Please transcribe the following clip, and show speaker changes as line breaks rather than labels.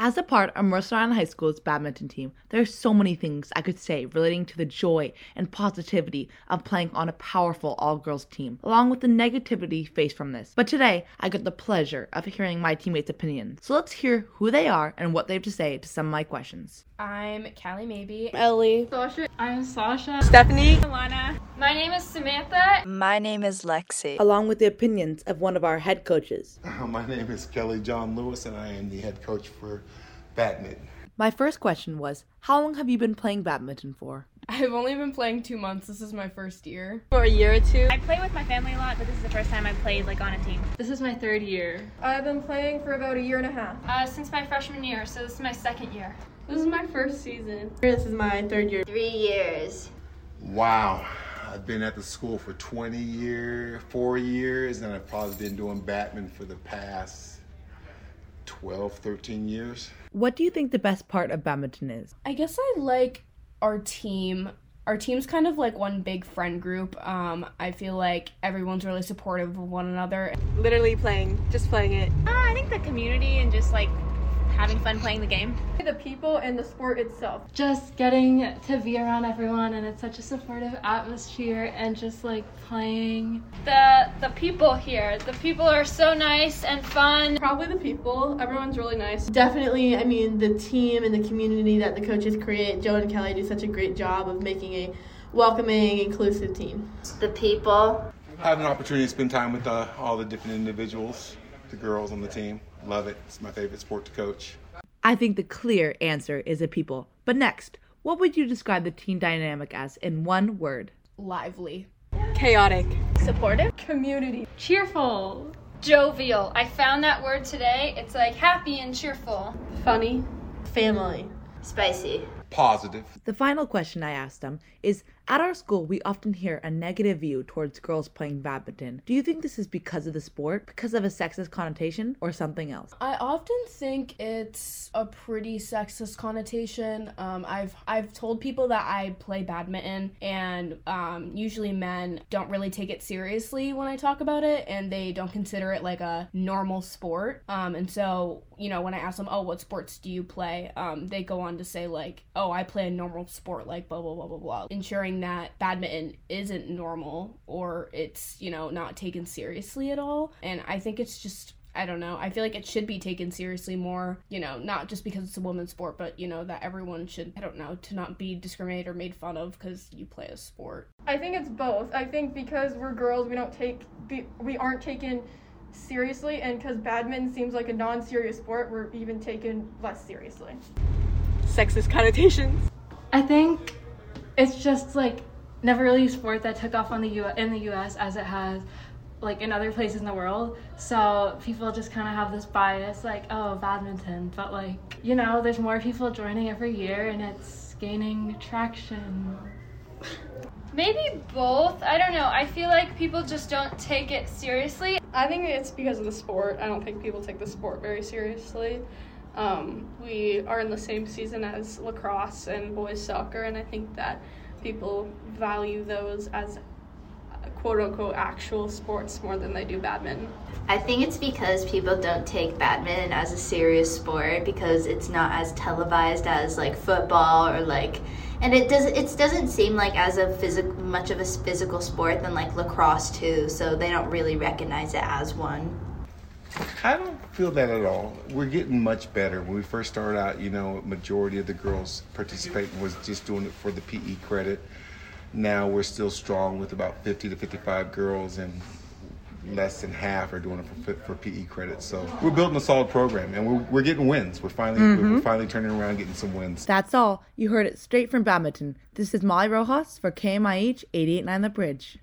As a part of Mercer Island High School's badminton team, there are so many things I could say relating to the joy and positivity of playing on a powerful all girls team, along with the negativity faced from this. But today, I got the pleasure of hearing my teammates' opinions. So let's hear who they are and what they have to say to some of my questions.
I'm Callie Maybe.
Ellie.
Sasha. I'm Sasha.
Stephanie.
Alana. My name is Samantha.
My name is Lexi.
Along with the opinions of one of our head coaches.
My name is Kelly John Lewis, and I am the head coach for badminton.
My first question was How long have you been playing badminton for?
I've only been playing two months. This is my first year.
For a year or two.
I play with my family a lot, but this is the first time I've played like on a team.
This is my third year.
I've been playing for about a year and a half.
Uh, since my freshman year, so this is my second year.
This is my first season.
This is my third year.
Three years.
Wow. I've been at the school for 20 years, four years, and I've probably been doing badminton for the past 12, 13 years.
What do you think the best part of badminton is?
I guess I like our team. Our team's kind of like one big friend group. Um, I feel like everyone's really supportive of one another.
Literally playing, just playing it.
Uh, I think the community and just like having fun playing the game.
The people and the sport itself.
Just getting to be around everyone and it's such a supportive atmosphere and just like playing.
The the people here. The people are so nice and fun.
Probably the people. Everyone's really nice.
Definitely, I mean the team and the community that the coaches create. Joe and Kelly do such a great job of making a welcoming, inclusive team.
The people.
I have an opportunity to spend time with uh, all the different individuals, the girls on the team. Love it. It's my favorite sport to coach.
I think the clear answer is the people. But next, what would you describe the team dynamic as in one word?
Lively.
Chaotic.
Supportive.
Community.
Cheerful.
Jovial. I found that word today. It's like happy and cheerful.
Funny.
Family.
Spicy.
Positive.
The final question I asked them is At our school, we often hear a negative view towards girls playing badminton. Do you think this is because of the sport, because of a sexist connotation, or something else?
I often think it's a pretty sexist connotation. Um, I've I've told people that I play badminton, and um, usually men don't really take it seriously when I talk about it, and they don't consider it like a normal sport. Um, and so, you know, when I ask them, "Oh, what sports do you play?" Um, they go on to say like, "Oh, I play a normal sport," like blah blah blah blah blah, ensuring that badminton isn't normal or it's, you know, not taken seriously at all. And I think it's just I don't know. I feel like it should be taken seriously more, you know, not just because it's a women's sport, but you know that everyone should I don't know, to not be discriminated or made fun of cuz you play a sport.
I think it's both. I think because we're girls, we don't take we aren't taken seriously and cuz badminton seems like a non-serious sport, we're even taken less seriously.
Sexist connotations.
I think it's just like never really a sport that took off on the U- in the US as it has like in other places in the world. So people just kind of have this bias like oh badminton, but like you know there's more people joining every year and it's gaining traction.
Maybe both. I don't know. I feel like people just don't take it seriously.
I think it's because of the sport. I don't think people take the sport very seriously. Um, we are in the same season as lacrosse and boys soccer, and I think that people value those as quote unquote actual sports more than they do badminton.
I think it's because people don't take badminton as a serious sport because it's not as televised as like football or like and it does it doesn't seem like as a physical much of a physical sport than like lacrosse too, so they don't really recognize it as one.
I don't feel that at all. We're getting much better. When we first started out, you know, majority of the girls participating was just doing it for the PE credit. Now we're still strong with about 50 to 55 girls, and less than half are doing it for, for PE credit. So we're building a solid program, and we're, we're getting wins. We're finally mm-hmm. we're finally turning around, getting some wins.
That's all. You heard it straight from badminton. This is Molly Rojas for KMIH 889 The Bridge.